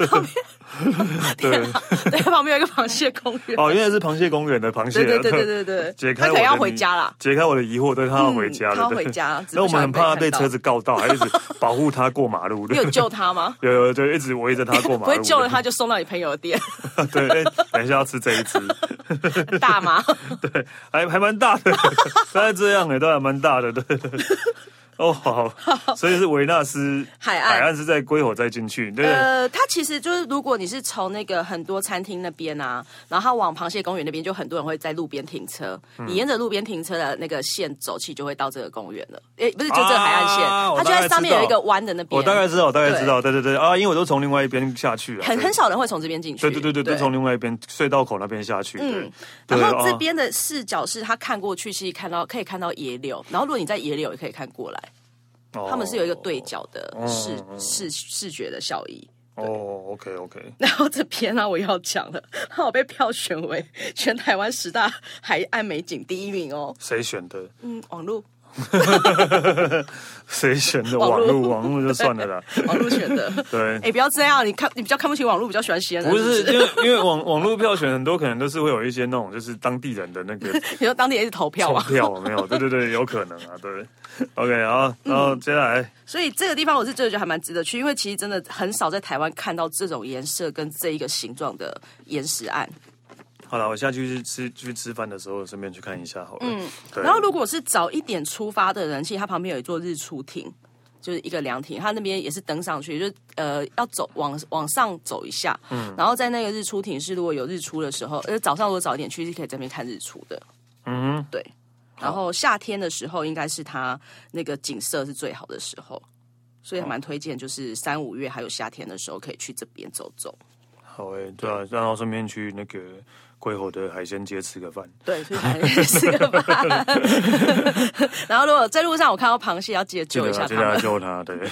Speaker 1: 对，
Speaker 2: 啊对，旁边有一个螃蟹公园。
Speaker 1: 哦，原来是螃蟹公园的螃蟹，
Speaker 2: 对对对对对对，
Speaker 1: 解开
Speaker 2: 他可能
Speaker 1: 我的
Speaker 2: 要
Speaker 1: 谜
Speaker 2: 回家啦。嗯
Speaker 1: 解开我的疑惑，对，他要回家了，
Speaker 2: 他要
Speaker 1: 对
Speaker 2: 回家只
Speaker 1: 然后我
Speaker 2: 不
Speaker 1: 们
Speaker 2: 小心
Speaker 1: 很怕他
Speaker 2: 被
Speaker 1: 被
Speaker 2: 看到
Speaker 1: 车子告到，还一直保护他过马路，
Speaker 2: 你有
Speaker 1: 对，
Speaker 2: 救他吗？
Speaker 1: 有有就一直围着他过马路，
Speaker 2: 不会救了他就送到你朋友 的店，
Speaker 1: 对。对，哎等一下要吃这一只，
Speaker 2: 很大吗？
Speaker 1: 对，还还蛮大的，大概这样哎，都还蛮大的，对。哦，好，所以是维纳斯
Speaker 2: 海岸
Speaker 1: 海岸是在龟吼再进去，对不对，
Speaker 2: 呃，它其实就是，如果你是从那个很多餐厅那边啊，然后它往螃蟹公园那边，就很多人会在路边停车。
Speaker 1: 嗯
Speaker 2: 你沿着路边停车的那个线走，其实就会到这个公园了。诶，不是，就这个海岸线，
Speaker 1: 啊
Speaker 2: 它就
Speaker 1: 我大概
Speaker 2: 在
Speaker 1: 知道
Speaker 2: 上面有一个弯的那边。
Speaker 1: 我大概知道，我大概知道，对对对啊，因为我都从另外一边下去啊，
Speaker 2: 很
Speaker 1: 对
Speaker 2: 很少人会从这边进去。
Speaker 1: 对对对对，都从另外一边隧道口那边下去，对。对
Speaker 2: 然后这
Speaker 1: 哦
Speaker 2: 边的视角是他看过去，是看到可以看到野柳，然后如果你在野柳也可以看过来，他们是有一个对角的视、
Speaker 1: 嗯
Speaker 2: 视视觉的效益。
Speaker 1: 哦，OK OK，
Speaker 2: 然后这篇呢、我要讲了，它有被票选为全台湾十大海岸美景第一名哦。
Speaker 1: 谁选的？
Speaker 2: 嗯，网 络
Speaker 1: 谁选的？
Speaker 2: 网
Speaker 1: 网
Speaker 2: 络
Speaker 1: 络网络就算了啦，
Speaker 2: 网络选的，
Speaker 1: 对
Speaker 2: 哎、。不要这样，你看你比较看不起网络，比较喜欢喜人，
Speaker 1: 不是
Speaker 2: 是，
Speaker 1: 因为因为网网络票选很多可能都是会有一些那种就是当地人的那 个
Speaker 2: 你说当地也是投票
Speaker 1: 投
Speaker 2: 啊，
Speaker 1: 票有没有？对对对，有可能啊，对。OK，好，
Speaker 2: 嗯
Speaker 1: 然后接下来
Speaker 2: 所以这个地方我是真的觉得还蛮值得去，因为其实真的很少在台湾看到这种颜色跟这一个形状的岩石岸。
Speaker 1: 好了，我下去去吃去吃饭的时候顺便去看一下好了。嗯，对。
Speaker 2: 然后如果是早一点出发的人，其实它旁边有一座日出亭，就是一个凉亭，它那边也是登上去，就是呃要走往往上走一下，嗯，然后在那个日出亭是如果有日出的时候，呃早上如果早一点去是可以在那边看日出的，
Speaker 1: 嗯
Speaker 2: 对。然后夏天的时候应该是它那个景色是最好的时候，所以还蛮推荐就是三五月还有夏天的时候可以去这边走走。
Speaker 1: 好诶、对啊，然后顺便去那个龟吼的海鲜街吃个饭。
Speaker 2: 对，去海边吃个饭。 然后如果在路上我看到螃蟹，要记得
Speaker 1: 记
Speaker 2: 救
Speaker 1: 得
Speaker 2: 一下
Speaker 1: 记
Speaker 2: 它
Speaker 1: 得
Speaker 2: 们
Speaker 1: 要。救他，对。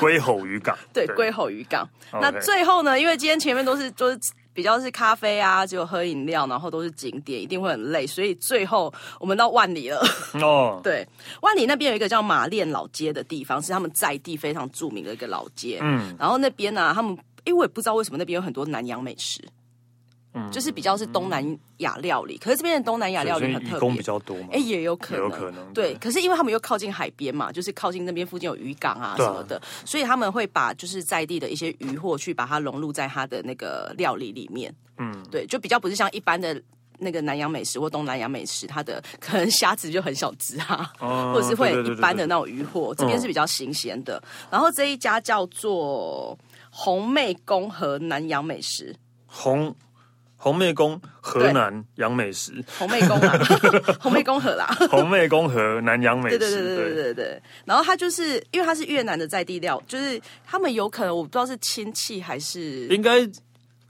Speaker 1: 龟吼渔港，
Speaker 2: 对，龟吼渔港。
Speaker 1: OK 哦
Speaker 2: 那最后呢？因为今天前面都是就是比较是咖啡啊，只有喝饮料，然后都是景点，一定会很累。所以最后我们到万里了。
Speaker 1: 哦，
Speaker 2: 对，万里那边有一个叫马恋老街的地方，是他们在地非常著名的一个老街。
Speaker 1: 嗯，
Speaker 2: 然后那边呢、他们因为我也不知道为什么那边有很多南洋美食，
Speaker 1: 嗯
Speaker 2: 就是比较是东南亚料理。可是这边的东南亚料
Speaker 1: 所
Speaker 2: 理
Speaker 1: 以
Speaker 2: 很
Speaker 1: 义
Speaker 2: 特
Speaker 1: 工比
Speaker 2: 别，
Speaker 1: 较多嘛
Speaker 2: 哎，，也有可能，
Speaker 1: 也有可能
Speaker 2: 对
Speaker 1: 对。
Speaker 2: 可是因为他们又靠近海边嘛，就是靠近那边附近有渔港啊
Speaker 1: 对
Speaker 2: 什
Speaker 1: 啊
Speaker 2: 么的，所以他们会把就是在地的一些渔获去把它融入在它的那个料理里面。
Speaker 1: 嗯，
Speaker 2: 对，就比较不是像一般的。那个南洋美食或东南亚美食，它的可能虾子就很小只啊，
Speaker 1: 哦
Speaker 2: 或者是
Speaker 1: 对
Speaker 2: 会
Speaker 1: 对
Speaker 2: 有
Speaker 1: 对
Speaker 2: 一
Speaker 1: 对
Speaker 2: 般的
Speaker 1: 对
Speaker 2: 那种鱼货，这边是比较新鲜的。然后这一家叫做红妹宫和南洋美食，
Speaker 1: 红红妹宫河
Speaker 2: 对
Speaker 1: 南洋美食，
Speaker 2: 红妹 宫啦，红妹宫和啦，
Speaker 1: 红妹宫河南洋美
Speaker 2: 对
Speaker 1: 食，
Speaker 2: 对对对对对对。然后它就是因为它是越南的在地料，就是他们有可能我不知道是亲戚还是
Speaker 1: 应该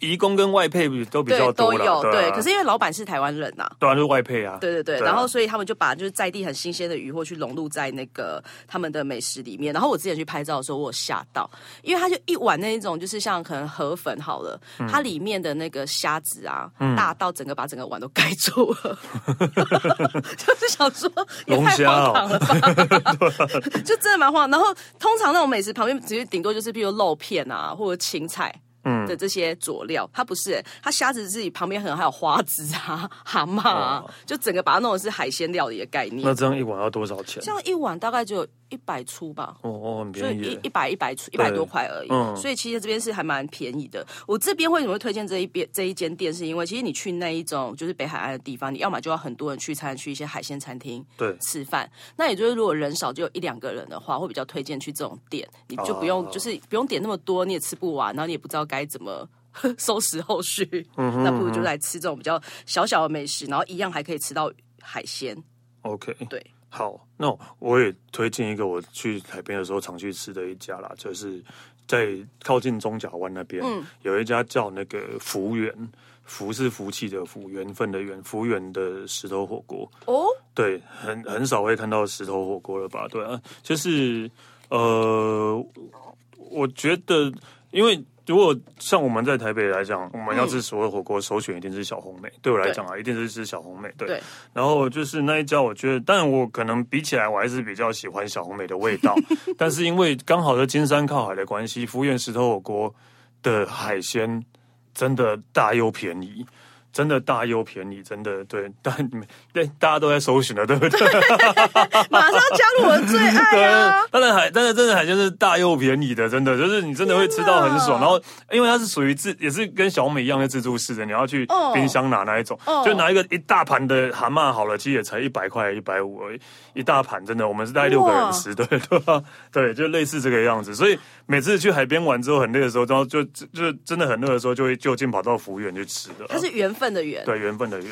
Speaker 1: 移工跟外配都比较多
Speaker 2: 对都
Speaker 1: 啦
Speaker 2: 有
Speaker 1: 对
Speaker 2: 对，
Speaker 1: 啊，
Speaker 2: 可是因为老板是台湾人呐、
Speaker 1: 对啊，就是外配啊，
Speaker 2: 对对对，
Speaker 1: 对啊
Speaker 2: 然后所以他们就把就是在地很新鲜的鱼货去融入在那个他们的美食里面。然后我之前去拍照的时候，我有吓到，因为它就一碗那一种，就是像可能河粉好了，
Speaker 1: 嗯
Speaker 2: 它里面的那个虾子啊，大到整个把整个碗都盖住了， 就是想说也
Speaker 1: 龙
Speaker 2: 太
Speaker 1: 虾哦啊
Speaker 2: 荒唐了吧， 就真的蛮荒唐。然后通常那种美食旁边只是顶多就是比如肉片啊或者青菜，
Speaker 1: 嗯
Speaker 2: 的这些佐料，它不是、欸，它虾子自己旁边可能还有花枝啊、蛤蟆啊，就整个把它弄的是海鲜料理的概
Speaker 1: 那
Speaker 2: 念。
Speaker 1: 这样一碗要多少钱
Speaker 2: 这？样一碗大概只有一百出吧，
Speaker 1: 哦哦，很
Speaker 2: 所
Speaker 1: 便
Speaker 2: 以
Speaker 1: 宜
Speaker 2: 一
Speaker 1: 耶，
Speaker 2: 一百一百出一百多块而已。
Speaker 1: 嗯
Speaker 2: 所以其实这边是还蛮便宜的。我这边为什么会推荐这一边这一间店，是因为其实你去那一种就是北海岸的地方，你要么就要很多人聚餐，去一些海鲜餐厅，
Speaker 1: 对，
Speaker 2: 吃饭。那也就是如果人少，就有一两个人的话，会比较推荐去这种店，你就不用、
Speaker 1: 哦
Speaker 2: 就是不用点那么多，你也吃不完，然后你也不知道该怎么。 收拾后续，
Speaker 1: 嗯
Speaker 2: 那不如就来吃这种比较小小的美食，然后一样还可以吃到海鲜。
Speaker 1: OK，
Speaker 2: 对，
Speaker 1: 好，那我也推荐一个我去海边的时候常去吃的一家啦，就是在靠近中甲湾那边、
Speaker 2: 嗯
Speaker 1: 有一家叫那个福源，福是福气的福，缘分的缘，福源的石头火锅。
Speaker 2: 哦，
Speaker 1: 对，很很少会看到石头火锅了吧？对啊，就是呃，我觉得，因为如果像我们在台北来讲，我们要吃所有火锅，首选一定是小红梅。对我来讲啊，一定是吃小红梅。对，
Speaker 2: 对
Speaker 1: 然后就是那一家，我觉得，但我可能比起来，我还是比较喜欢小红梅的味道。但是因为刚好是金山靠海的关系，福源石头火锅的海鲜真的大又便宜。真的大又便宜，真的对，但你们对大家都在搜寻了，对不对？
Speaker 2: 马上加入我的最 爱啊！
Speaker 1: 当然海，但是真的海鲜是大又便宜的，真的就是你真的会吃到很爽。
Speaker 2: 天哪
Speaker 1: 然后因为它是属于自，也是跟小美一样的自助式的，你要去
Speaker 2: 哦
Speaker 1: 冰箱拿那一种，
Speaker 2: 哦
Speaker 1: 就拿一个一大盘的蛤蟆好了，其实也才一百块一百五而已，一大盘真的，我们是大概六个
Speaker 2: 哇
Speaker 1: 人吃，对对吧？对，就类似这个样子。所以每次去海边玩之后很累的时候，然后就就就真的很饿的时候，就会就近跑到服务员去吃的。
Speaker 2: 它是缘分的缘，
Speaker 1: 对缘分的缘，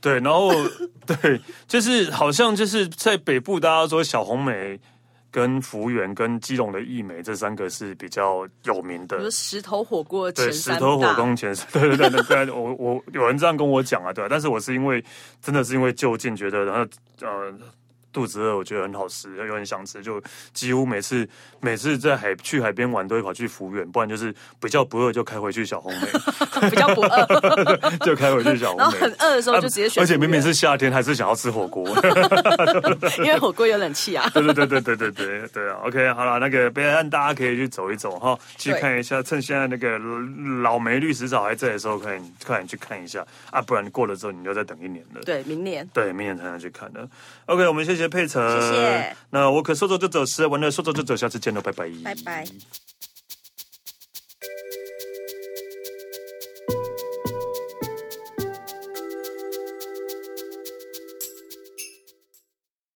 Speaker 1: 对，然后对，就是好像就是在北部，大家说小红梅、跟福源、跟基隆的义美这三个是比较有名
Speaker 2: 比如
Speaker 1: 的。
Speaker 2: 石头火锅的
Speaker 1: 对，
Speaker 2: 前
Speaker 1: 石
Speaker 2: 三
Speaker 1: 头火
Speaker 2: 大。
Speaker 1: 宫前三， 对对对对对，我我有人这样跟我讲啊，对啊，但是我是因为真的是因为就近觉得，然后呃肚子饿，我觉得很好吃，又很想吃，就几乎每次每次在海去海边玩都会跑去福源，不然就是比较不饿就开回去小红梅，
Speaker 2: 比较 不饿，
Speaker 1: 就开回去小红梅，
Speaker 2: 然后很饿的时候就直接
Speaker 1: 啊
Speaker 2: 选
Speaker 1: 而且明明
Speaker 2: 服务
Speaker 1: 是夏天，还是想要吃火锅。
Speaker 2: 员因为火锅有冷气啊。
Speaker 1: 对对对对对对对对啊！OK，好了，那个北海岸大家可以去走一走哈，去
Speaker 2: 对
Speaker 1: 看一下，趁现在那个老梅绿石藻还在的时候，快点快点去看一下啊，不然过了之后你就再等一年了。
Speaker 2: 对，明年
Speaker 1: 对，明年才能去看的。OK，我们谢谢佩岑，
Speaker 2: 谢谢。
Speaker 1: 啊那我可说走就走，吃完了说走就走，下次见喽，拜拜，
Speaker 2: 拜拜。